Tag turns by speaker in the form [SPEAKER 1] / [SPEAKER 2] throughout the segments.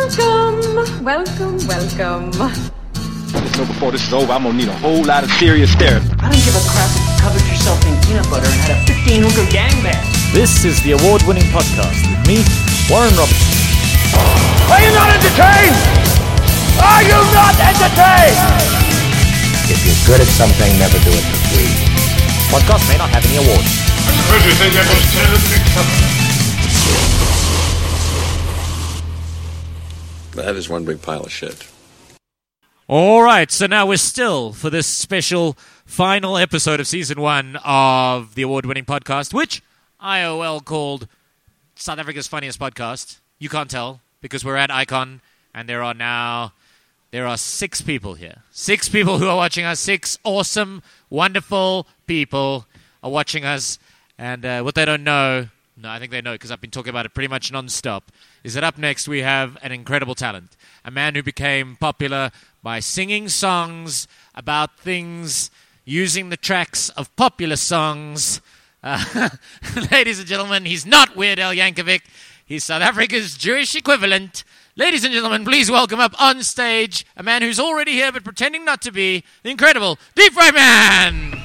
[SPEAKER 1] Welcome, welcome, welcome.
[SPEAKER 2] Just know before this is over, I'm gonna need a whole lot of serious therapy.
[SPEAKER 3] I don't give a crap if you covered yourself in peanut butter and had a 15 hooker gangbang.
[SPEAKER 4] This is the award winning podcast with me, Warren Robertson.
[SPEAKER 5] Are you not entertained? Are you not entertained?
[SPEAKER 6] If you're good at something, never do it for free.
[SPEAKER 4] Podcast may not have any awards.
[SPEAKER 7] I suppose you think that was terribly tough.
[SPEAKER 8] That is one big pile of shit.
[SPEAKER 9] All right, so now we're still for this special final episode of season one of the award winning podcast, which IOL called South Africa's Funniest Podcast. You can't tell because we're at Icon and there are now. There are six people here. Six people who are watching us. Six awesome, wonderful people are watching us. And uh, what they don't know, no, I think they know because I've been talking about it pretty much nonstop, is that up next we have an incredible talent. A man who became popular by singing songs about things using the tracks of popular songs. Uh, ladies and gentlemen, he's not Weird Al Yankovic. He's South Africa's Jewish equivalent. Ladies and gentlemen, please welcome up on stage a man who's already here but pretending not to be, the incredible Deep Fry Man.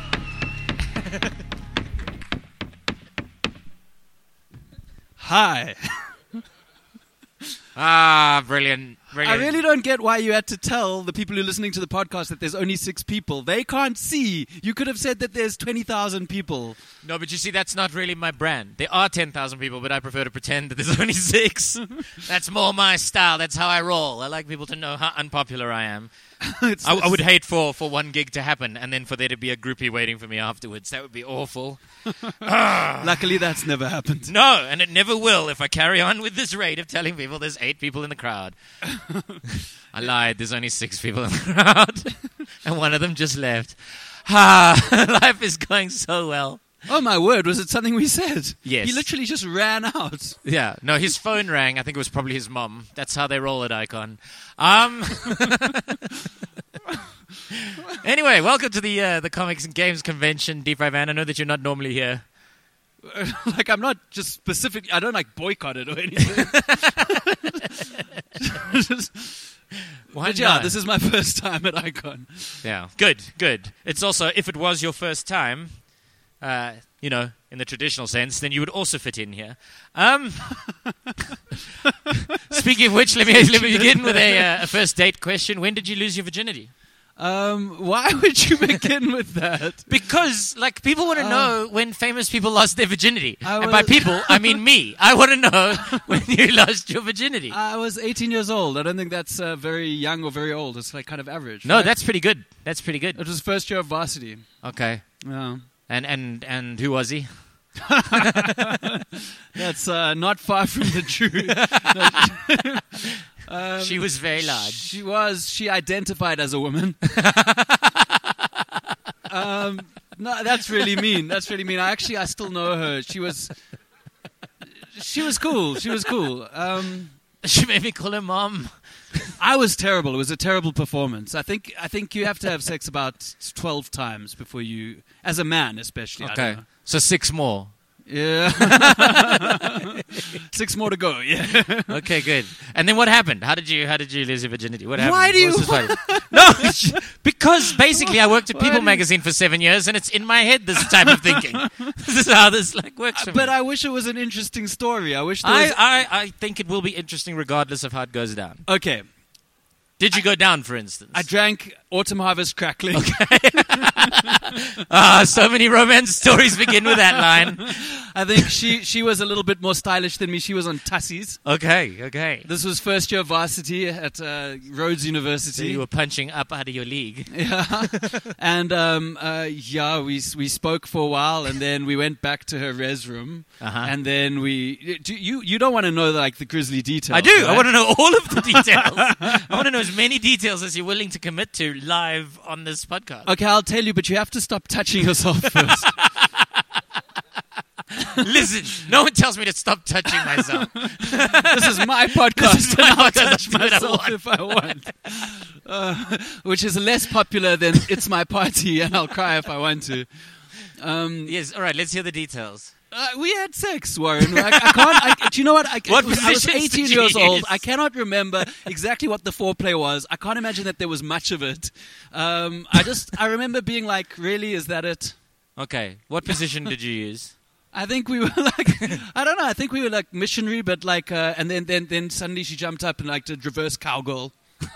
[SPEAKER 10] Hi.
[SPEAKER 9] Ah, brilliant.
[SPEAKER 10] I
[SPEAKER 9] brilliant.
[SPEAKER 10] really don't get why you had to tell the people who are listening to the podcast that there's only six people. They can't see. You could have said that there's 20,000 people.
[SPEAKER 9] No, but you see, that's not really my brand. There are 10,000 people, but I prefer to pretend that there's only six. that's more my style. That's how I roll. I like people to know how unpopular I am.
[SPEAKER 10] It's-
[SPEAKER 9] I, I would hate for, for one gig to happen and then for there to be a groupie waiting for me afterwards. That would be awful.
[SPEAKER 10] Luckily, that's never happened.
[SPEAKER 9] No, and it never will if I carry on with this rate of telling people there's eight people in the crowd. I lied. There's only six people in the crowd, and one of them just left. Ah, life is going so well.
[SPEAKER 10] Oh, my word. Was it something we said?
[SPEAKER 9] Yes.
[SPEAKER 10] He literally just ran out.
[SPEAKER 9] Yeah, no, his phone rang. I think it was probably his mum. That's how they roll at Icon. Um. anyway, welcome to the uh, the Comics and Games Convention, Deep Fry Van. I know that you're not normally here.
[SPEAKER 10] like, I'm not just specifically, I don't like boycott it or anything. Just-
[SPEAKER 9] Why
[SPEAKER 10] but yeah,
[SPEAKER 9] not?
[SPEAKER 10] this is my first time at Icon.
[SPEAKER 9] Yeah. Good, good. It's also, if it was your first time, uh, you know, in the traditional sense, then you would also fit in here. Um, speaking of which, let me, let me begin with a, uh, a first date question. When did you lose your virginity?
[SPEAKER 10] Um, why would you begin with that?
[SPEAKER 9] Because, like, people want to know when famous people lost their virginity.
[SPEAKER 10] I
[SPEAKER 9] and by
[SPEAKER 10] was-
[SPEAKER 9] people, I mean me. I want to know when you lost your virginity.
[SPEAKER 10] I was 18 years old. I don't think that's uh, very young or very old. It's like kind of average.
[SPEAKER 9] no,
[SPEAKER 10] right?
[SPEAKER 9] that's pretty good. That's pretty good.
[SPEAKER 10] It was first year of varsity.
[SPEAKER 9] Okay.
[SPEAKER 10] Yeah.
[SPEAKER 9] And, and, and who was he?
[SPEAKER 10] That's uh, not far from the truth.
[SPEAKER 9] she was very large.
[SPEAKER 10] she was. She identified as a woman. um, no, that's really mean. That's really mean. I actually, I still know her. She was. She was cool. She was cool. Um,
[SPEAKER 9] She made me call her mom.
[SPEAKER 10] I was terrible. It was a terrible performance. I think. I think you have to have sex about twelve times before you, as a man especially. I don't know.
[SPEAKER 9] So six more.
[SPEAKER 10] Yeah. Six more to go. Yeah.
[SPEAKER 9] Okay, good. And then what happened? How did you how did you lose your virginity? What happened?
[SPEAKER 10] Why do
[SPEAKER 9] What
[SPEAKER 10] you-
[SPEAKER 9] was the fight? No, sh- because basically I worked at
[SPEAKER 10] Why do
[SPEAKER 9] People
[SPEAKER 10] you-
[SPEAKER 9] magazine for 7 years and it's in my head this type of thinking. this is how this like works for
[SPEAKER 10] But
[SPEAKER 9] me.
[SPEAKER 10] I wish it was an interesting story. I wish there was.
[SPEAKER 9] I, I I think it will be interesting regardless of how it goes down.
[SPEAKER 10] okay.
[SPEAKER 9] Did you go down for instance?
[SPEAKER 10] I drank autumn harvest crackling.
[SPEAKER 9] Ah, so many romance stories begin with that line.
[SPEAKER 10] I think she she was a little bit more stylish than me. She was on Tussies.
[SPEAKER 9] Okay, okay.
[SPEAKER 10] This was first year varsity at uh, Rhodes
[SPEAKER 9] So
[SPEAKER 10] University,
[SPEAKER 9] you were punching up out of your league.
[SPEAKER 10] and um, uh, yeah, we s- we spoke for a while, and then we went back to her res room,
[SPEAKER 9] Uh-huh.
[SPEAKER 10] and then we do, you you don't want to know like the grisly details.
[SPEAKER 9] I do. I
[SPEAKER 10] right?
[SPEAKER 9] want to know all of the details. I want to know as many details as you're willing to commit to live on this podcast.
[SPEAKER 10] Okay, I'll tell you, but you have to stop touching yourself first.
[SPEAKER 9] Listen, no one tells me to stop touching myself.
[SPEAKER 10] this is my podcast.
[SPEAKER 9] This is my
[SPEAKER 10] and
[SPEAKER 9] podcast. I
[SPEAKER 10] I'll touch
[SPEAKER 9] do what I
[SPEAKER 10] myself
[SPEAKER 9] want.
[SPEAKER 10] if I want. Uh, which is less popular than "It's My Party" and I'll cry if I want to. Um,
[SPEAKER 9] yes, all right, let's hear the details.
[SPEAKER 10] Uh, we had sex, Warren. Like, I can't. I, do you know what? I,
[SPEAKER 9] What
[SPEAKER 10] it was, I was
[SPEAKER 9] positions
[SPEAKER 10] 18
[SPEAKER 9] did you
[SPEAKER 10] years old.
[SPEAKER 9] use?
[SPEAKER 10] I cannot remember exactly what the foreplay was. I can't imagine that there was much of it. Um, I just I remember being like, really, is that it?
[SPEAKER 9] Okay, what position did you use?
[SPEAKER 10] I think we were like, I don't know. I think we were like missionary, but like, uh, and then then then suddenly she jumped up and like did reverse cowgirl,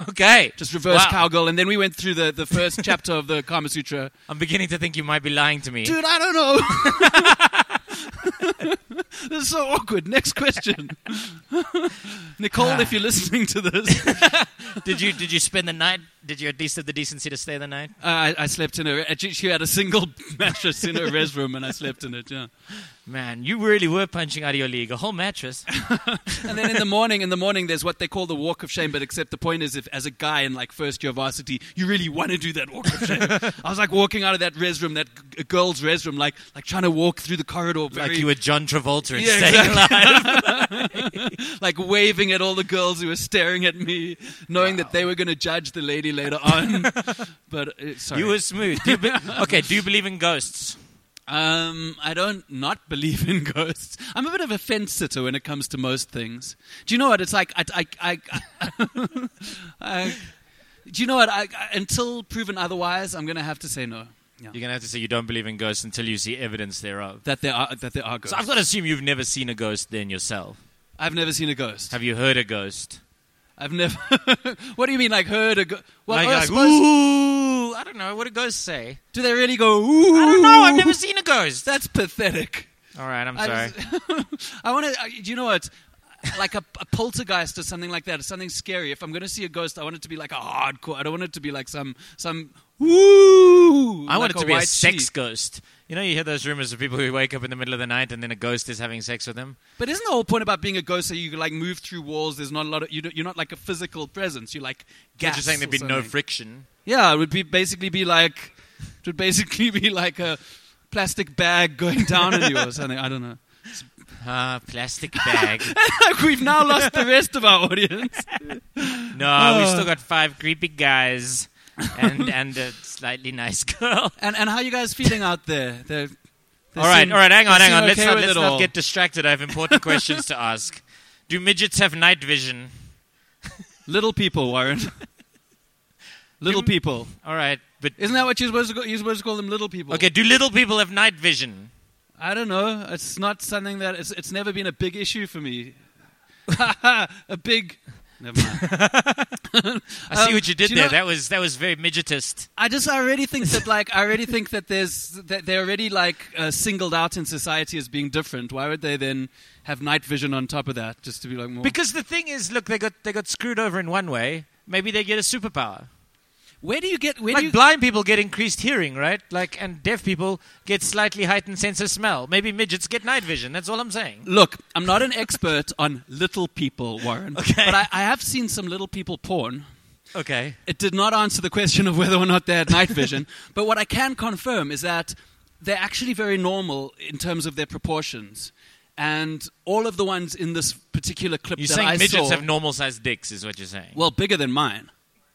[SPEAKER 9] Okay,
[SPEAKER 10] just reverse
[SPEAKER 9] Wow.
[SPEAKER 10] cowgirl, and then we went through the the first chapter of the Kama Sutra.
[SPEAKER 9] I'm beginning to think you might be lying to me.
[SPEAKER 10] Dude, I don't know. this is so awkward. Next question. Nicole, if you're listening to this, uh,
[SPEAKER 9] Did you did you spend the night? Did you at least have the decency to stay the night?
[SPEAKER 10] I, I slept in her. She, she had a single mattress in her res room, and I slept in it. Yeah.
[SPEAKER 9] Man, you really were punching out of your league. A whole mattress.
[SPEAKER 10] And then in the morning, in the morning, there's what they call the walk of shame. But except the point is, if as a guy in like first year varsity, you really want to do that walk of shame. I was like walking out of that res room, that g- girl's res room, like like trying to walk through the corridor, very
[SPEAKER 9] like you were John Travolta and
[SPEAKER 10] Yeah,
[SPEAKER 9] staying
[SPEAKER 10] like waving at all the girls who were staring at me, knowing that they were going to judge the lady later on. but uh, sorry,
[SPEAKER 9] You were smooth. Do you be- okay, do you believe in ghosts?
[SPEAKER 10] um, I don't not believe in ghosts. I'm a bit of a fence sitter when it comes to most things. Do you know what? It's like I, I, I, I- do you know what? I, I- until proven otherwise, I'm going to have to say no. Yeah.
[SPEAKER 9] You're gonna have to say you don't believe in ghosts until you see evidence thereof.
[SPEAKER 10] That there are that there are ghosts.
[SPEAKER 9] So I've got to assume you've never seen a ghost then yourself.
[SPEAKER 10] I've never seen a ghost.
[SPEAKER 9] Have you heard a ghost?
[SPEAKER 10] I've never. what do you mean, like heard a ghost? Well,
[SPEAKER 9] like,
[SPEAKER 10] oh, I
[SPEAKER 9] like,
[SPEAKER 10] suppose-
[SPEAKER 9] ooh, I don't know. What do ghosts say?
[SPEAKER 10] do they really go? Ooh,
[SPEAKER 9] I don't know. I've never seen a ghost.
[SPEAKER 10] That's pathetic.
[SPEAKER 9] All right, I'm
[SPEAKER 10] I
[SPEAKER 9] sorry.
[SPEAKER 10] just- I want to. Do you know what? Like a, a poltergeist or something like that, or something scary. If I'm going to see a ghost, I want it to be like a hardcore. I don't want it to be like some some woo.
[SPEAKER 9] I want
[SPEAKER 10] like
[SPEAKER 9] it to be a
[SPEAKER 10] white
[SPEAKER 9] sex
[SPEAKER 10] sheet.
[SPEAKER 9] ghost. You know, you hear those rumors of people who wake up in the middle of the night and then a ghost is having sex with them.
[SPEAKER 10] But isn't the whole point about being a ghost that you like move through walls? There's not a lot of you. don't- You're not like a physical presence. You're like
[SPEAKER 9] You're
[SPEAKER 10] gas.
[SPEAKER 9] just saying there'd
[SPEAKER 10] or
[SPEAKER 9] be no
[SPEAKER 10] something.
[SPEAKER 9] friction.
[SPEAKER 10] yeah, it would be basically be like it would basically be like a plastic bag going down in you or something. I don't know.
[SPEAKER 9] Ah, plastic bag.
[SPEAKER 10] Like we've now lost the rest of our audience.
[SPEAKER 9] no, we've
[SPEAKER 10] Oh.
[SPEAKER 9] still got five creepy guys and and a slightly nice girl.
[SPEAKER 10] And and how you guys feeling out there? They're, they
[SPEAKER 9] All right,
[SPEAKER 10] seem-
[SPEAKER 9] all right, hang on,
[SPEAKER 10] they
[SPEAKER 9] hang on.
[SPEAKER 10] seem
[SPEAKER 9] Let's
[SPEAKER 10] okay
[SPEAKER 9] not,
[SPEAKER 10] with
[SPEAKER 9] let's
[SPEAKER 10] it
[SPEAKER 9] not
[SPEAKER 10] all.
[SPEAKER 9] get distracted. I have important questions to ask. Do midgets have night vision?
[SPEAKER 10] little people, Warren. little people.
[SPEAKER 9] All right, but
[SPEAKER 10] Isn't that what you're supposed to call, you're supposed to call them? Little people.
[SPEAKER 9] okay. Do little people have night vision?
[SPEAKER 10] I don't know. It's not something that it's it's never been a big issue for me. a big. Never mind.
[SPEAKER 9] I see
[SPEAKER 10] Um,
[SPEAKER 9] what you did
[SPEAKER 10] do you
[SPEAKER 9] there.
[SPEAKER 10] know-
[SPEAKER 9] that was that was very midgetist.
[SPEAKER 10] I just I already think that like I already think that there's that they're already like uh, singled out in society as being different. Why would they then have night vision on top of that just to be like more?
[SPEAKER 9] Because the thing is, look, they got they got screwed over in one way. Maybe they get a superpower.
[SPEAKER 10] where do you get where
[SPEAKER 9] Like
[SPEAKER 10] do you,
[SPEAKER 9] blind people get increased hearing, right? Like and deaf people get slightly heightened sense of smell. Maybe midgets get night vision. That's all I'm saying.
[SPEAKER 10] Look, I'm not an expert on little people, Warren. But I, I have seen some little people porn.
[SPEAKER 9] Okay.
[SPEAKER 10] It did not answer the question of whether or not they had night vision. but what I can confirm is that they're actually very normal in terms of their proportions. And all of the ones in this particular clip
[SPEAKER 9] You're
[SPEAKER 10] that
[SPEAKER 9] saying
[SPEAKER 10] I
[SPEAKER 9] midgets
[SPEAKER 10] saw,
[SPEAKER 9] have normal sized dicks, is what you're saying.
[SPEAKER 10] well, bigger than mine.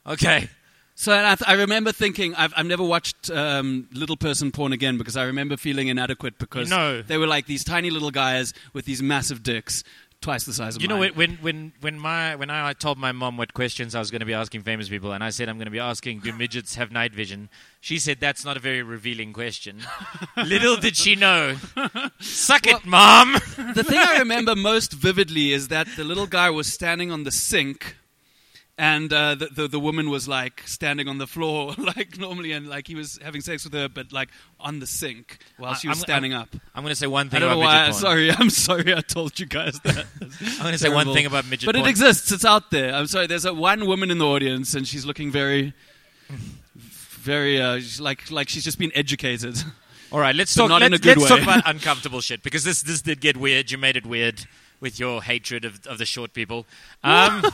[SPEAKER 9] okay.
[SPEAKER 10] So and I, th- I remember thinking I've, I've never watched um, little person porn again because I remember feeling inadequate because
[SPEAKER 9] No.
[SPEAKER 10] they were like these tiny little guys with these massive dicks, twice the size of
[SPEAKER 9] You know
[SPEAKER 10] mine.
[SPEAKER 9] when when when when my when I told my mom what questions I was going to be asking famous people, and I said I'm going to be asking, do midgets have night vision? She said that's not a very revealing question. Little did she know. Suck it, mom.
[SPEAKER 10] the thing I remember most vividly is that the little guy was standing on the sink, and uh, the, the the woman was like standing on the floor, like normally, and like he was having sex with her, but like on the sink while she was
[SPEAKER 9] I'm-
[SPEAKER 10] standing up.
[SPEAKER 9] I'm going to say one
[SPEAKER 10] I
[SPEAKER 9] thing
[SPEAKER 10] don't
[SPEAKER 9] about
[SPEAKER 10] know why.
[SPEAKER 9] midget porn.
[SPEAKER 10] Sorry, I'm sorry. I told you guys that.
[SPEAKER 9] I'm going to say one
[SPEAKER 10] Terrible.
[SPEAKER 9] thing about midget
[SPEAKER 10] but
[SPEAKER 9] porn.
[SPEAKER 10] it exists. It's out there. I'm sorry. There's a one woman in the audience, and she's looking very, very uh, she's like like she's just been educated.
[SPEAKER 9] All right, let's
[SPEAKER 10] but
[SPEAKER 9] talk.
[SPEAKER 10] not in
[SPEAKER 9] let's
[SPEAKER 10] a good
[SPEAKER 9] let's talk
[SPEAKER 10] way.
[SPEAKER 9] about uncomfortable shit because this this did get weird. You made it weird with your hatred of, of the short people. Um, You-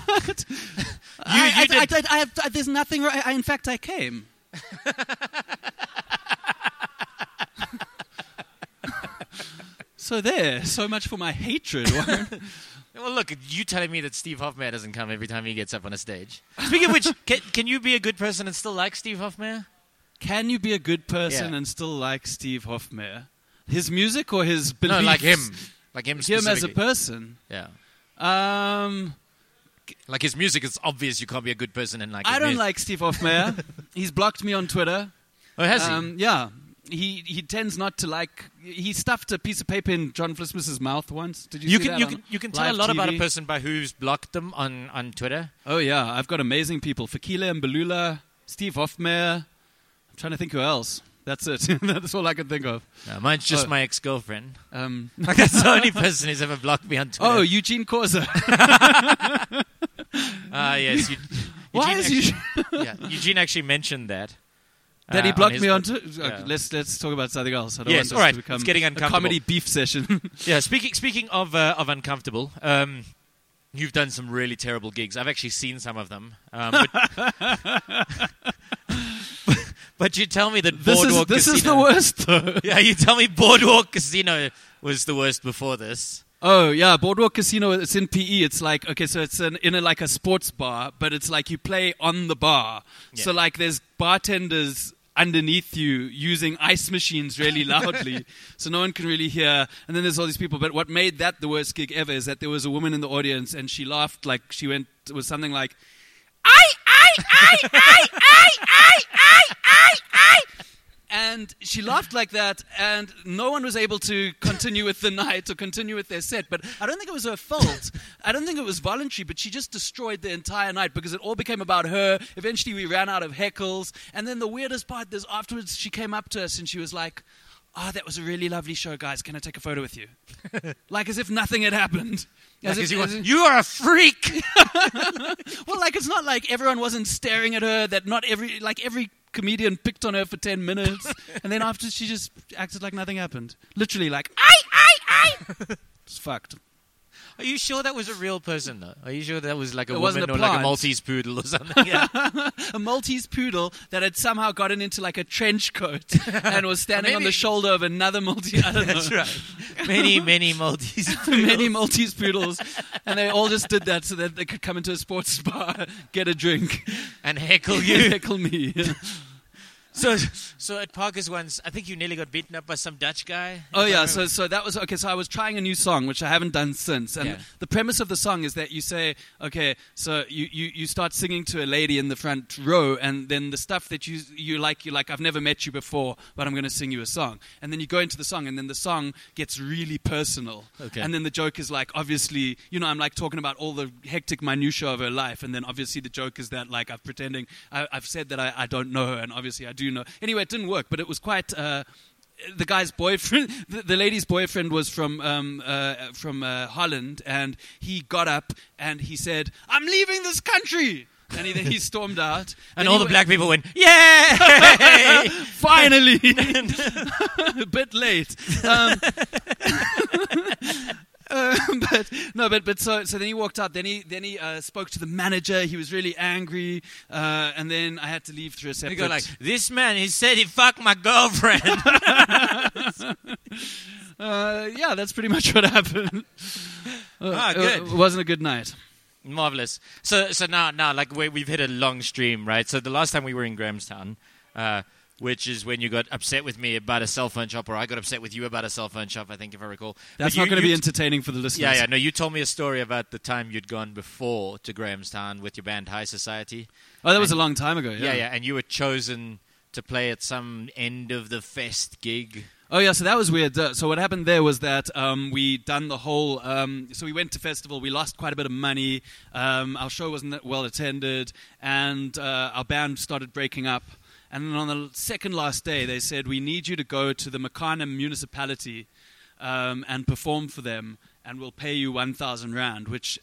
[SPEAKER 10] I,
[SPEAKER 9] you
[SPEAKER 10] I,
[SPEAKER 9] did-
[SPEAKER 10] I, I have, I, there's nothing wrong. I, I, in fact, I came. so there. So much for my hatred. Warren.
[SPEAKER 9] well, look, you telling me that Steve Hoffmeyer doesn't come every time he gets up on a stage. Speaking of which, can, can you be a good person and still like Steve Hoffmeyer?
[SPEAKER 10] Can you be a good person
[SPEAKER 9] Yeah.
[SPEAKER 10] and still like Steve Hoffmeyer? I His music or his beliefs?
[SPEAKER 9] No, like him, like him,
[SPEAKER 10] Him as a
[SPEAKER 9] specifically.
[SPEAKER 10] person.
[SPEAKER 9] Yeah,
[SPEAKER 10] Um,
[SPEAKER 9] like his music is obvious. You can't be a good person and like.
[SPEAKER 10] I
[SPEAKER 9] his
[SPEAKER 10] don't
[SPEAKER 9] music.
[SPEAKER 10] like Steve Hoffmeyer. He's blocked me on Twitter.
[SPEAKER 9] Oh, has he?
[SPEAKER 10] Um, yeah. He, he tends not to like. He stuffed a piece of paper in John Flismus's mouth once. Did you
[SPEAKER 9] You
[SPEAKER 10] see
[SPEAKER 9] can
[SPEAKER 10] that
[SPEAKER 9] you
[SPEAKER 10] on
[SPEAKER 9] can you can tell a
[SPEAKER 10] live
[SPEAKER 9] lot about a
[SPEAKER 10] TV?
[SPEAKER 9] person by who's blocked them on on Twitter.
[SPEAKER 10] Oh yeah, I've got amazing people: Fakile and Balula, Steve Hoffmeyer. I'm trying to think who else. That's it. That's all I can think of.
[SPEAKER 9] No, mine's just
[SPEAKER 10] Oh.
[SPEAKER 9] my ex girlfriend.
[SPEAKER 10] Um,
[SPEAKER 9] Like that's the only person who's ever blocked me on Twitter.
[SPEAKER 10] oh, Eugene Corza.
[SPEAKER 9] Ah, yes. You,
[SPEAKER 10] Why
[SPEAKER 9] Eugene
[SPEAKER 10] is
[SPEAKER 9] actually,
[SPEAKER 10] Eugene
[SPEAKER 9] yeah, Eugene actually mentioned that.
[SPEAKER 10] that he
[SPEAKER 9] uh,
[SPEAKER 10] blocked
[SPEAKER 9] his-
[SPEAKER 10] me on? Twitter? Okay,
[SPEAKER 9] yeah.
[SPEAKER 10] Let's let's talk about something else. I don't
[SPEAKER 9] Yes,
[SPEAKER 10] want this
[SPEAKER 9] all right,
[SPEAKER 10] to become
[SPEAKER 9] it's getting
[SPEAKER 10] a
[SPEAKER 9] uncomfortable.
[SPEAKER 10] comedy beef session.
[SPEAKER 9] Yeah, speaking speaking of uh, of uncomfortable, um, you've done some really terrible gigs. I've actually seen some of them. Um, but, but you tell me that
[SPEAKER 10] this is
[SPEAKER 9] Boardwalk
[SPEAKER 10] this
[SPEAKER 9] Casino,
[SPEAKER 10] is the worst. Though.
[SPEAKER 9] Yeah, you tell me Boardwalk Casino was the worst before this.
[SPEAKER 10] Oh yeah, Boardwalk Casino. It's in PE. It's like okay, so it's an, in a, like a sports bar, but it's like you play on the bar. So
[SPEAKER 9] Yeah.
[SPEAKER 10] like there's bartenders underneath you using ice machines really loudly, so no one can really hear. And then there's all these people. But what made that the worst gig ever is that there was a woman in the audience, and she laughed like she went. It was something like, "I, I, I, I, I, I, I, I, I." And she laughed like that, and no one was able to continue with the night or continue with their set. But I don't think it was her fault. I don't think it was voluntary, but she just destroyed the entire night because it all became about her. Eventually, we ran out of heckles. And then the weirdest part is afterwards, she came up to us and she was like, Oh, that was a really lovely show, guys. Can I take a photo with you? like as if nothing had happened. As
[SPEAKER 9] Because
[SPEAKER 10] if-
[SPEAKER 9] you, were-
[SPEAKER 10] as if-
[SPEAKER 9] you are a freak.
[SPEAKER 10] well, like it's not like everyone wasn't staring at her. That not every like every comedian picked on her for ten minutes, and then after she just acted like nothing happened. Literally, like I, I, I. It's fucked.
[SPEAKER 9] Are you sure that was a real person though? Are you sure that was like a
[SPEAKER 10] It
[SPEAKER 9] woman
[SPEAKER 10] wasn't
[SPEAKER 9] or
[SPEAKER 10] a
[SPEAKER 9] like a
[SPEAKER 10] plant.
[SPEAKER 9] Maltese poodle or something? Yeah.
[SPEAKER 10] A Maltese poodle that had somehow gotten into like a trench coat and was standing on
[SPEAKER 9] Maybe-
[SPEAKER 10] the shoulder of another Maltese. I don't know.
[SPEAKER 9] That's right. Many many Maltese.
[SPEAKER 10] Many Maltese poodles, and they all just did that so that they could come into a sports bar, get a drink,
[SPEAKER 9] and heckle you.
[SPEAKER 10] heckle me.
[SPEAKER 9] so, so at Parker's once, I think you nearly got beaten up by some Dutch guy.
[SPEAKER 10] Oh yeah, so so that was okay. So I was trying a new song, which I haven't done since. And
[SPEAKER 9] Yeah.
[SPEAKER 10] the premise of the song is that you say, okay, so you, you, you start singing to a lady in the front row, and then the stuff that you you like, you like, I've never met you before, but I'm going to sing you a song. And then you go into the song, and then the song gets really personal.
[SPEAKER 9] Okay.
[SPEAKER 10] And then the joke is like, obviously, you know, I'm like talking about all the hectic minutia of her life, and then obviously the joke is that like I'm pretending I, I've said that I, I don't know her, and obviously I do know. Anyway, it didn't work, but it was quite. Uh, the guy's boyfriend, the, the lady's boyfriend was from um, uh, from uh, Holland, and he got up and he said, "I'm leaving this country." And he, then he stormed out,
[SPEAKER 9] and
[SPEAKER 10] Then
[SPEAKER 9] all
[SPEAKER 10] he
[SPEAKER 9] the
[SPEAKER 10] went-
[SPEAKER 9] black people went, "Yeah!"
[SPEAKER 10] finally, a bit late. Um, um, but no, but but so so then he walked out. Then he then he uh, spoke to the manager. He was really angry, uh, and then I had to leave through a separate.
[SPEAKER 9] You go like, "This man, he said he fucked my girlfriend."
[SPEAKER 10] uh, yeah, that's pretty much what happened. Uh,
[SPEAKER 9] Ah,
[SPEAKER 10] it-
[SPEAKER 9] good.
[SPEAKER 10] It wasn't a good night.
[SPEAKER 9] Marvelous. So, so now, now, like we, we've hit a long stream, right? So the last time we were in Grahamstown, uh, which is when you got upset with me about a cell phone shop, or I got upset with you about a cell phone shop, I think, if I recall. But
[SPEAKER 10] That's
[SPEAKER 9] you-
[SPEAKER 10] not going to
[SPEAKER 9] you
[SPEAKER 10] be
[SPEAKER 9] t-
[SPEAKER 10] entertaining for the listeners.
[SPEAKER 9] Yeah, yeah. No, you told me a story about the time you'd gone before to Grahamstown with your band High Society.
[SPEAKER 10] Oh, that was a long time ago.
[SPEAKER 9] Yeah, yeah, and you were chosen to play at some end of the fest gig.
[SPEAKER 10] Oh yeah, so that was weird. Uh, so what happened there was that um, we done the whole. Um, so we went to festival. We lost quite a bit of money. Um, our show wasn't that well attended, and uh, our band started breaking up. And then on the second last day, they said we need you to go to the Makana municipality um, and perform for them, and we'll pay you one thousand rand, which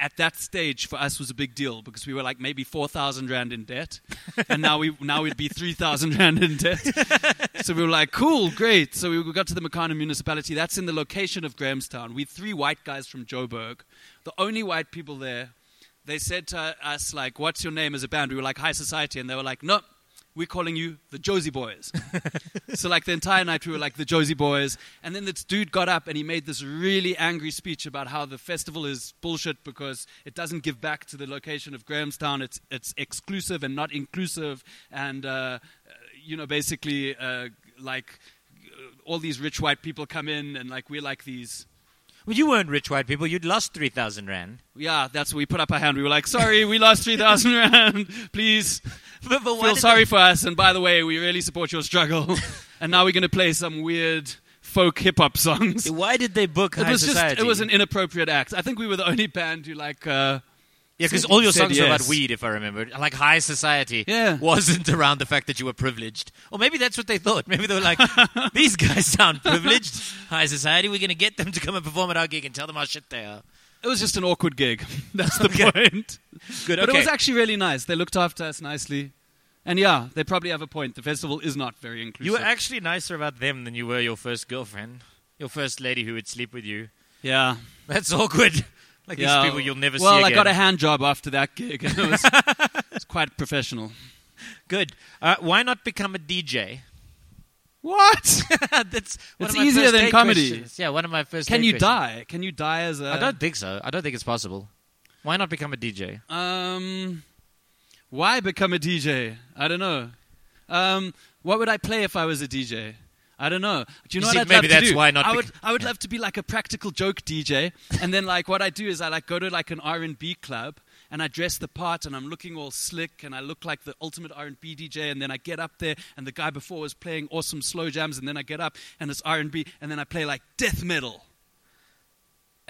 [SPEAKER 10] at that stage for us was a big deal because we were like maybe 4000 rand in debt and now we now we'd be 3000 rand in debt so we were like cool great so we got to the Makana municipality that's in the location of Grahamstown we three white guys from Joburg the only white people there they said to us like what's your name as a band we were like high society and they were like no we're calling you the Josie Boys. so, like, the entire night we were like the Josie Boys. And then this dude got up and he made this really angry speech about how the festival is bullshit because it doesn't give back to the location of Grahamstown. It's, it's exclusive and not inclusive. And, uh, uh, you know, basically, uh, like, uh, all these rich white people come in, and like we're like these.
[SPEAKER 9] Well, you weren't rich white people. You'd lost 3,000 Rand.
[SPEAKER 10] Yeah, that's we put up our hand. We were like, sorry, we lost three thousand rand. Please
[SPEAKER 9] But, but why
[SPEAKER 10] feel
[SPEAKER 9] did
[SPEAKER 10] sorry
[SPEAKER 9] they-
[SPEAKER 10] for us. And by the way, we really support your struggle. and now we're going to play some weird folk hip hop songs.
[SPEAKER 9] Why did they book
[SPEAKER 10] It
[SPEAKER 9] High
[SPEAKER 10] was
[SPEAKER 9] Society?
[SPEAKER 10] just it was an inappropriate act. I think we were the only band who like uh,
[SPEAKER 9] Yeah, because all your
[SPEAKER 10] said
[SPEAKER 9] songs were about
[SPEAKER 10] yes.
[SPEAKER 9] weed, if I remember. Like High Society
[SPEAKER 10] Yeah.
[SPEAKER 9] wasn't around the fact that you were privileged. Or maybe that's what they thought. Maybe they were like, these guys sound privileged. High Society, we're going to get them to come and perform at our gig and tell them how shit they are.
[SPEAKER 10] it was just an awkward gig. That's the point.
[SPEAKER 9] Good,
[SPEAKER 10] But
[SPEAKER 9] okay.
[SPEAKER 10] it was actually really nice. They looked after us nicely. And yeah, they probably have a point. The festival is not very inclusive.
[SPEAKER 9] you were actually nicer about them than you were your first girlfriend, your first lady who would sleep with you.
[SPEAKER 10] yeah.
[SPEAKER 9] That's awkward. Like
[SPEAKER 10] Yeah.
[SPEAKER 9] these people you'll never
[SPEAKER 10] well,
[SPEAKER 9] see
[SPEAKER 10] I
[SPEAKER 9] again.
[SPEAKER 10] got a hand job after that gig. And it was, it's quite professional.
[SPEAKER 9] Good. Uh, why not become a DJ?
[SPEAKER 10] What?
[SPEAKER 9] That's one
[SPEAKER 10] It's
[SPEAKER 9] of my
[SPEAKER 10] easier
[SPEAKER 9] first
[SPEAKER 10] than
[SPEAKER 9] date
[SPEAKER 10] comedy.
[SPEAKER 9] questions. Yeah, one of my first.
[SPEAKER 10] Can
[SPEAKER 9] date
[SPEAKER 10] you
[SPEAKER 9] questions.
[SPEAKER 10] die? Can you die as a?
[SPEAKER 9] I don't think so. I don't think it's possible. Why not become a DJ?
[SPEAKER 10] Um, why become a DJ? I don't know. Um, what would I play if I was a DJ? I don't know. Do you
[SPEAKER 9] You
[SPEAKER 10] know
[SPEAKER 9] see,
[SPEAKER 10] what I'd
[SPEAKER 9] maybe
[SPEAKER 10] love
[SPEAKER 9] that's
[SPEAKER 10] to do?
[SPEAKER 9] why not
[SPEAKER 10] I
[SPEAKER 9] bec-
[SPEAKER 10] would. I would love to be like a practical joke DJ, and then like what I do is I like go to like an R and B club, and I dress the part, and I'm looking all slick, and I look like the ultimate R and B DJ, and then I get up there, and the guy before was playing awesome slow jams, and then I get up, and it's R and B, and then I play like death metal.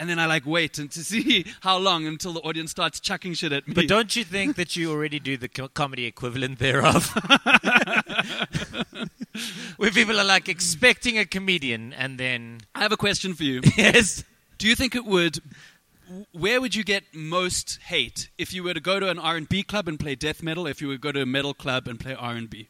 [SPEAKER 10] And then I like wait and to see how long until the audience starts chucking shit at me.
[SPEAKER 9] But don't you think that you already do the co- comedy equivalent thereof? Where people are like expecting a comedian and then
[SPEAKER 10] I have a question for you.
[SPEAKER 9] yes,
[SPEAKER 10] Do you think it would? Where would you get most hate if you were to go to an R and B club and play death metal? If you were to go to a metal club and play R and B,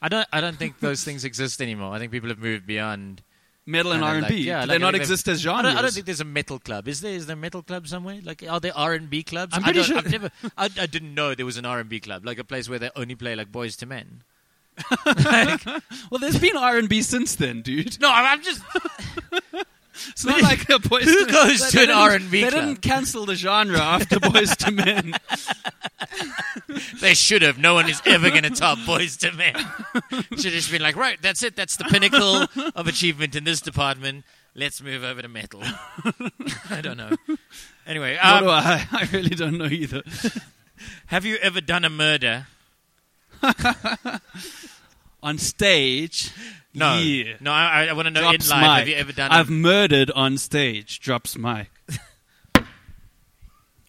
[SPEAKER 9] I don't. I don't think those things exist anymore. I think people have moved beyond.
[SPEAKER 10] metal and R
[SPEAKER 9] kind
[SPEAKER 10] and
[SPEAKER 9] of
[SPEAKER 10] B,
[SPEAKER 9] like- yeah,
[SPEAKER 10] do
[SPEAKER 9] like,
[SPEAKER 10] they
[SPEAKER 9] I
[SPEAKER 10] not
[SPEAKER 9] think
[SPEAKER 10] exist as
[SPEAKER 9] I
[SPEAKER 10] genres?
[SPEAKER 9] don't, I don't think there's a metal club. Is there? Is there a metal club somewhere? Like, are there R and B clubs?
[SPEAKER 10] I'm
[SPEAKER 9] I
[SPEAKER 10] pretty
[SPEAKER 9] don't-
[SPEAKER 10] sure-
[SPEAKER 9] I've never. I, I didn't know there was an R and B club, like a place where they only play like boys to men.
[SPEAKER 10] well, there's been R and B since then, dude.
[SPEAKER 9] No, I'm I'm just.
[SPEAKER 10] It's not like a boys.
[SPEAKER 9] Who
[SPEAKER 10] to,
[SPEAKER 9] goes
[SPEAKER 10] they
[SPEAKER 9] to an
[SPEAKER 10] didn't-
[SPEAKER 9] R&B
[SPEAKER 10] They
[SPEAKER 9] club?
[SPEAKER 10] didn't cancel the genre after Boys to Men.
[SPEAKER 9] They should have. No one is ever going to top boys to men. Should have just been like, right, that's it. That's the pinnacle of achievement in this department. Let's move over to metal. I don't know. Anyway,
[SPEAKER 10] Nor do
[SPEAKER 9] um,
[SPEAKER 10] I. I really don't know either.
[SPEAKER 9] have you ever done a murder?
[SPEAKER 10] On stage,
[SPEAKER 9] No,
[SPEAKER 10] yeah.
[SPEAKER 9] no. I, I want to know in
[SPEAKER 10] Drops
[SPEAKER 9] life.
[SPEAKER 10] mic.
[SPEAKER 9] Have you ever done?
[SPEAKER 10] I've
[SPEAKER 9] a-
[SPEAKER 10] murdered on stage. Drops mic.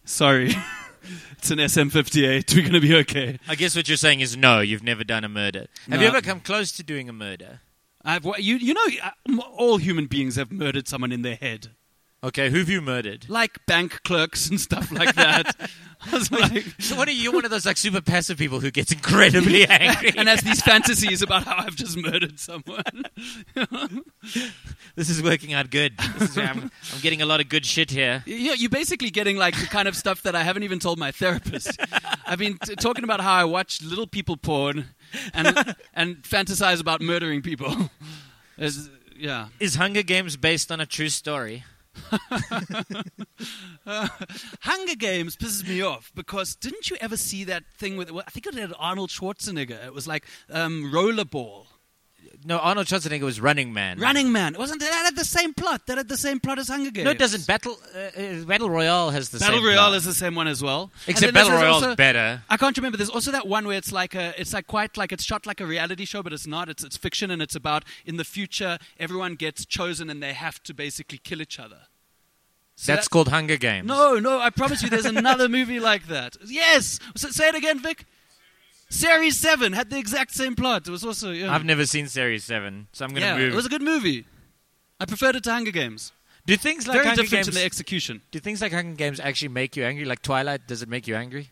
[SPEAKER 10] Sorry. it's an SM58. We're going to be okay.
[SPEAKER 9] I guess what you're saying is no. You've never done a murder. Have
[SPEAKER 10] No.
[SPEAKER 9] you ever come close to doing a murder?
[SPEAKER 10] I've, wa- you, you know, I- m- all human beings have murdered someone in their head.
[SPEAKER 9] Okay, who've you murdered?
[SPEAKER 10] Like bank clerks and stuff like that. I was like,
[SPEAKER 9] So what are you? One of those like super passive people who gets incredibly angry.
[SPEAKER 10] and has these fantasies about how I've just murdered someone.
[SPEAKER 9] this is working out good. This is, I'm, I'm getting a lot of good shit here.
[SPEAKER 10] Yeah, you're basically getting like the kind of stuff that I haven't even told my therapist. I've been t- talking about how I watch little people porn and and fantasize about murdering people. It's- yeah,
[SPEAKER 9] Is Hunger Games based on a true story?
[SPEAKER 10] Hunger Games pisses me off because didn't you ever see that thing with? Well, I think it had Arnold Schwarzenegger. It was like um, Rollerball,
[SPEAKER 9] No, Arnold Schwarzenegger was Running Man.
[SPEAKER 10] Running Man. Wasn't that had the same plot? That had the same plot as Hunger Games.
[SPEAKER 9] No, it doesn't. Battle uh, uh, Battle Royale has the
[SPEAKER 10] Battle
[SPEAKER 9] same.
[SPEAKER 10] Royale
[SPEAKER 9] plot.
[SPEAKER 10] is the same one as well. And
[SPEAKER 9] Except
[SPEAKER 10] then there's
[SPEAKER 9] Battle Royale's
[SPEAKER 10] also-
[SPEAKER 9] better.
[SPEAKER 10] I can't remember. There's also that one where it's like a, it's like quite like it's shot like a reality show, but it's not. It's it's fiction, and it's about in the future everyone gets chosen and they have to basically kill each other. So
[SPEAKER 9] That's
[SPEAKER 10] that-
[SPEAKER 9] called Hunger Games.
[SPEAKER 10] No, no, I promise you, there's another movie like that. Yes, S- say it again, Vic. Series Seven had the exact same plot. It was also yeah,
[SPEAKER 9] I've never seen Series Seven, so I'm going to
[SPEAKER 10] yeah
[SPEAKER 9] move.
[SPEAKER 10] it was a good movie. I preferred it to Hunger Games.
[SPEAKER 9] do things like
[SPEAKER 10] Very
[SPEAKER 9] Hunger
[SPEAKER 10] different
[SPEAKER 9] Games?
[SPEAKER 10] in the execution.
[SPEAKER 9] do things like Hunger Games actually make you angry? Like Twilight, does it make you angry?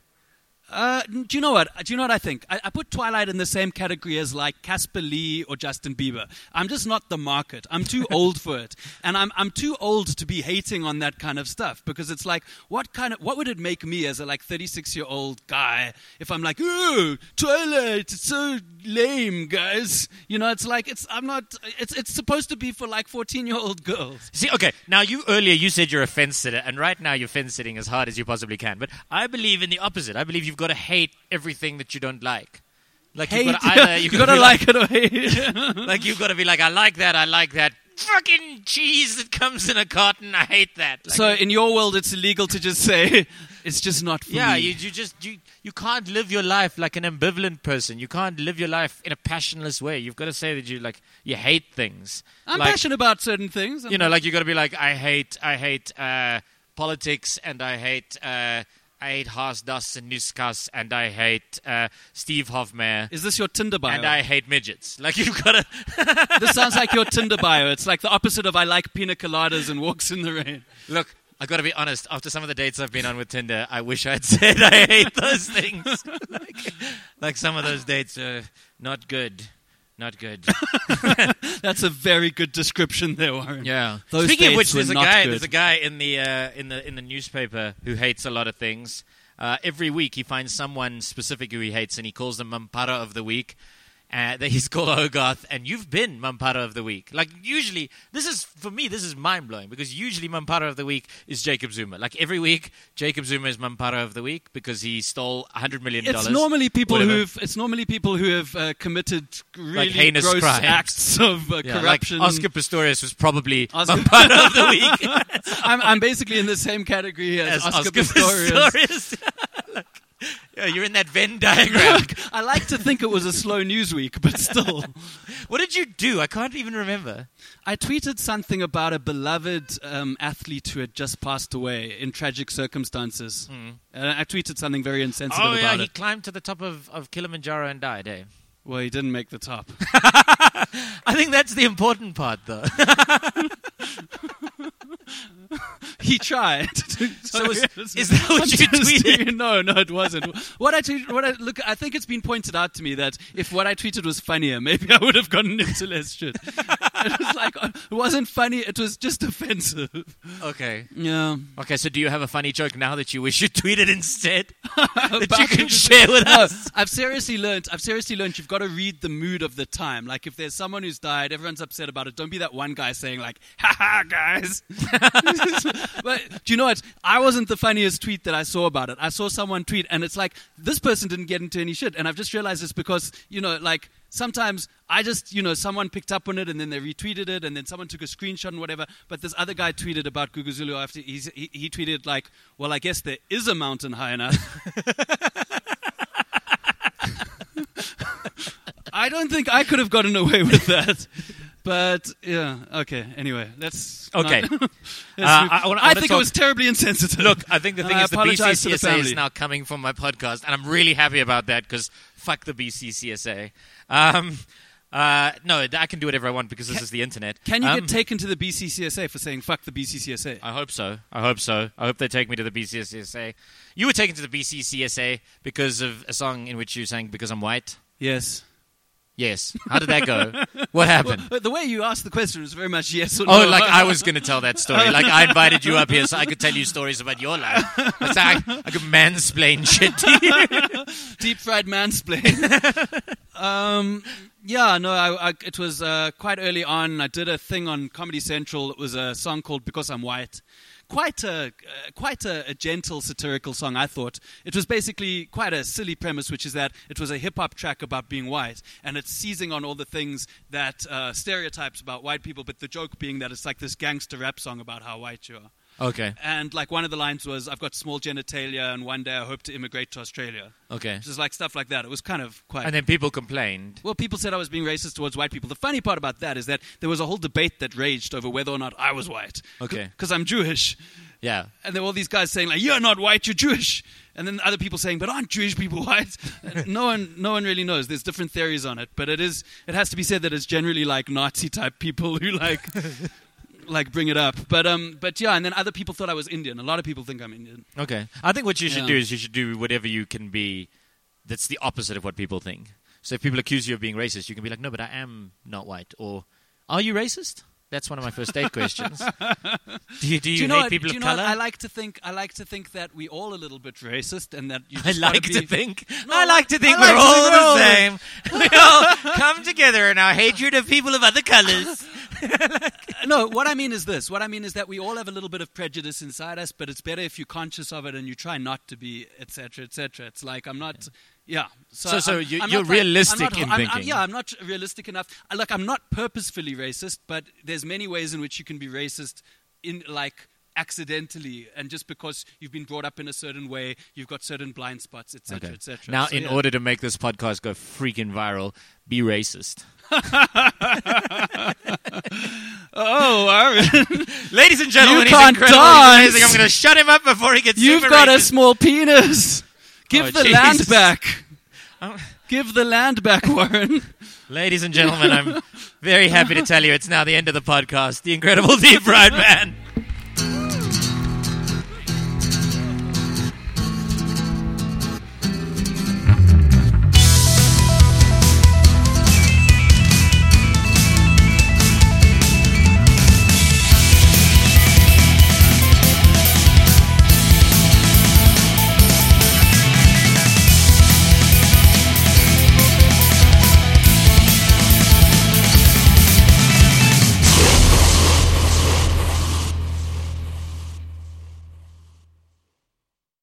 [SPEAKER 10] Uh, do you know what? Do you know what I think? I, I put Twilight in the same category as like Casper Lee or Justin Bieber. I'm just not the market. I'm too old for it, and I'm I'm too old to be hating on that kind of stuff because it's like what kind of what would it make me as a like 36 year old guy if I'm like oh Twilight it's so lame guys you know it's like it's I'm not it's it's supposed to be for like 14 year old girls.
[SPEAKER 9] See, okay, now you earlier you said you're a fence sitter, and right now you're fence sitting as hard as you possibly can. But I believe in the opposite. I believe you've got to hate everything that you don't like. Like
[SPEAKER 10] Hate.
[SPEAKER 9] you've got to either you've
[SPEAKER 10] you gotta
[SPEAKER 9] be
[SPEAKER 10] like it or hate.
[SPEAKER 9] like you've got to be like I like that. I like that fucking cheese that comes in a carton. I hate that. Like,
[SPEAKER 10] so in your world, it's illegal to just say it's just not for
[SPEAKER 9] yeah,
[SPEAKER 10] me.
[SPEAKER 9] you you just you you can't live your life like an ambivalent person. You can't live your life in a passionless way. You've got to say that you like you hate things.
[SPEAKER 10] I'm
[SPEAKER 9] Like,
[SPEAKER 10] passionate about certain things. I'm
[SPEAKER 9] You know, like you got to be like I hate I hate uh, politics and I hate. Uh, I hate Haas Das and Nuskas, and I hate uh, Steve Hofmeyer,
[SPEAKER 10] Is this your Tinder bio?
[SPEAKER 9] and I hate midgets. Like you've got to,
[SPEAKER 10] this sounds like your Tinder bio. It's like the opposite of I like pina coladas and walks in the rain.
[SPEAKER 9] Look, I got to be honest. After some of the dates I've been on with Tinder, I wish I'd said I hate those things. like, like some of those dates are not good. Not good.
[SPEAKER 10] That's a very good description there, Warren.
[SPEAKER 9] Yeah.
[SPEAKER 10] Those
[SPEAKER 9] Speaking of
[SPEAKER 10] dates
[SPEAKER 9] which,
[SPEAKER 10] were
[SPEAKER 9] there's a
[SPEAKER 10] not
[SPEAKER 9] guy.
[SPEAKER 10] good.
[SPEAKER 9] There's a guy in the uh, in the in the newspaper who hates a lot of things. Uh, every week, he finds someone specific who he hates, and he calls them Mampara of the week. Uh, that he's called Hogarth, and you've been Mampara of the week. Like usually, this is for me. This is mind blowing because usually Mampara of the week is Jacob Zuma. Like every week, Jacob Zuma is Mampara of the week because he stole hundred million dollars.
[SPEAKER 10] It's normally people
[SPEAKER 9] whatever.
[SPEAKER 10] who've it's normally people who have uh, committed really
[SPEAKER 9] heinous
[SPEAKER 10] gross
[SPEAKER 9] crimes.
[SPEAKER 10] acts of uh,
[SPEAKER 9] Yeah, like
[SPEAKER 10] corruption.
[SPEAKER 9] Oscar Pistorius was probably
[SPEAKER 10] Oscar-
[SPEAKER 9] Mampara of the week.
[SPEAKER 10] I'm, I'm basically in the same category as,
[SPEAKER 9] as Oscar,
[SPEAKER 10] Pistorius.
[SPEAKER 9] Pistorius. Like, yeah, you're in that Venn diagram.
[SPEAKER 10] I like to think it was a slow news week, but still,
[SPEAKER 9] what did you do? I can't even remember.
[SPEAKER 10] I tweeted something about a beloved um, athlete who had just passed away in tragic circumstances. And I tweeted something very insensitive
[SPEAKER 9] Hmm. Oh
[SPEAKER 10] about
[SPEAKER 9] yeah,
[SPEAKER 10] it.
[SPEAKER 9] he climbed to the top of, of Kilimanjaro and died. Eh?
[SPEAKER 10] Well, he didn't make the top.
[SPEAKER 9] I think that's the important part, though.
[SPEAKER 10] he tried. so
[SPEAKER 9] is- is that what you tweeted?
[SPEAKER 10] No, no, it wasn't. What I tweeted, what I look, I think it's been pointed out to me that if what I tweeted was funnier, maybe I would have gotten into less shit. it was like uh, it wasn't funny. It was just offensive.
[SPEAKER 9] okay.
[SPEAKER 10] Yeah.
[SPEAKER 9] Okay. So, do you have a funny joke now that you wish you tweeted instead that you
[SPEAKER 10] About-
[SPEAKER 9] can share with
[SPEAKER 10] No,
[SPEAKER 9] us?
[SPEAKER 10] I've seriously learnt. I've seriously learnt. You've got to read the mood of the time. Like, if there's someone who's died, everyone's upset about it. Don't be that one guy saying like, "Ha ha, guys." but do you know what? I wasn't the funniest tweet that I saw about it. I saw someone tweet, and it's like this person didn't get into any shit. And I've just realized it's because you know, like sometimes I just you know someone picked up on it and then they retweeted it and then someone took a screenshot and whatever. But this other guy tweeted about Guguzulu after he's, he he tweeted like, "Well, I guess there is a mountain high enough." I don't think I could have gotten away with that. But yeah, okay. Anyway, let's
[SPEAKER 9] Okay.
[SPEAKER 10] not-
[SPEAKER 9] Uh,
[SPEAKER 10] Let's move-
[SPEAKER 9] I- I wanna- I
[SPEAKER 10] I
[SPEAKER 9] wanna
[SPEAKER 10] think
[SPEAKER 9] talk-
[SPEAKER 10] it was terribly insensitive.
[SPEAKER 9] Look, I think the thing
[SPEAKER 10] And I
[SPEAKER 9] is the
[SPEAKER 10] apologize to the
[SPEAKER 9] BCCSA is
[SPEAKER 10] family.
[SPEAKER 9] now coming from my podcast, and I'm really happy about that because fuck the BCCSA. Um, uh, no, I can do whatever I want because this is the internet.
[SPEAKER 10] Can you
[SPEAKER 9] Um, Uh,
[SPEAKER 10] get taken to the BCCSA for saying "fuck the BCCSA"?
[SPEAKER 9] I hope so. I hope so. I hope they take me to the BCCSA. You were taken to the BCCSA because of a song in which you sang "Because I'm White."
[SPEAKER 10] yes.
[SPEAKER 9] Yes. How did that go? what happened?
[SPEAKER 10] But uh, the way you asked the question was very much yes or
[SPEAKER 9] Oh,
[SPEAKER 10] no.
[SPEAKER 9] like I was going to tell that story. Like I invited you up here so I could tell you stories about your life. It's like I, I could mansplain shit to you.
[SPEAKER 10] deep fried mansplain. um, yeah, no, I, I, it was uh, quite early on. I did a thing on Comedy Central. It was a song called "Because I'm White." Quite a uh, quite a, a gentle satirical song, I thought. It was basically quite a silly premise, which is that it was a hip hop track about being white, and it's seizing on all the things that uh, stereotypes about white people. But the joke being that it's like this gangster rap song about how white you are.
[SPEAKER 9] Okay.
[SPEAKER 10] And like one of the lines was, "I've got small genitalia, and one day I hope to immigrate to Australia."
[SPEAKER 9] Okay.
[SPEAKER 10] Just like stuff like that. It was kind of quite.
[SPEAKER 9] And then people complained.
[SPEAKER 10] well, people said I was being racist towards white people. The funny part about that is that there was a whole debate that raged over whether or not I was white.
[SPEAKER 9] Okay.
[SPEAKER 10] Because I'm Jewish.
[SPEAKER 9] Yeah.
[SPEAKER 10] And there were all these guys saying, like, you're not white, you're Jewish. And then other people saying, but aren't Jewish people white? And no, one, no one really knows. There's different theories on it. But it, is, it has to be said that it's generally like Nazi type people who like, like bring it up. But, um, but yeah, and then other people thought I was Indian. A lot of people think I'm Indian.
[SPEAKER 9] Okay. I think what you should
[SPEAKER 10] Yeah.
[SPEAKER 9] do is you should do whatever you can be that's the opposite of what people think. So if people accuse you of being racist, you can be like, no, but I am not white. Or, are you racist? That's one of my first date questions. Do you, do you,
[SPEAKER 10] do you know
[SPEAKER 9] hate
[SPEAKER 10] what,
[SPEAKER 9] people
[SPEAKER 10] do you
[SPEAKER 9] of
[SPEAKER 10] know what?
[SPEAKER 9] color?
[SPEAKER 10] I like to think I like to think that we all a little bit racist, and that you
[SPEAKER 9] I
[SPEAKER 10] just gotta
[SPEAKER 9] like to
[SPEAKER 10] be-
[SPEAKER 9] think.
[SPEAKER 10] No,
[SPEAKER 9] I like to think
[SPEAKER 10] I like
[SPEAKER 9] we're
[SPEAKER 10] to think
[SPEAKER 9] all
[SPEAKER 10] we're all
[SPEAKER 9] the same. we all come together in our hatred of people of other colors.
[SPEAKER 10] no, what I mean is this. What I mean is that we all have a little bit of prejudice inside us, but it's better if you're conscious of it and you try not to be, etc., etc. It's like I'm not. Yeah.
[SPEAKER 9] So- so
[SPEAKER 10] I'm-
[SPEAKER 9] you- you're
[SPEAKER 10] I'm not like- I'm
[SPEAKER 9] realistic
[SPEAKER 10] not-
[SPEAKER 9] in
[SPEAKER 10] I'm- I'm-
[SPEAKER 9] thinking.
[SPEAKER 10] yeah, I'm not realistic enough. I- Look, I'm not purposefully racist, but there's many ways in which you can be racist in like accidentally and just because you've been brought up in a certain way you've got certain blind spots etc
[SPEAKER 9] Okay.
[SPEAKER 10] etc
[SPEAKER 9] Now,
[SPEAKER 10] So,
[SPEAKER 9] in
[SPEAKER 10] yeah.
[SPEAKER 9] order to make this podcast go freaking viral, be racist.
[SPEAKER 10] oh all right.
[SPEAKER 9] Ladies and gentlemen,
[SPEAKER 10] You
[SPEAKER 9] he's
[SPEAKER 10] can't
[SPEAKER 9] incredible.
[SPEAKER 10] dance.
[SPEAKER 9] He's amazing. I'm going to shut him up before he gets
[SPEAKER 10] You've
[SPEAKER 9] super
[SPEAKER 10] got a
[SPEAKER 9] racist.
[SPEAKER 10] small penis. Give
[SPEAKER 9] Oh,
[SPEAKER 10] the
[SPEAKER 9] Jesus.
[SPEAKER 10] land back.
[SPEAKER 9] Oh.
[SPEAKER 10] Give the land back, Warren.
[SPEAKER 9] Ladies and gentlemen, I'm very happy to tell you it's now the end of the podcast. The incredible deep fried man.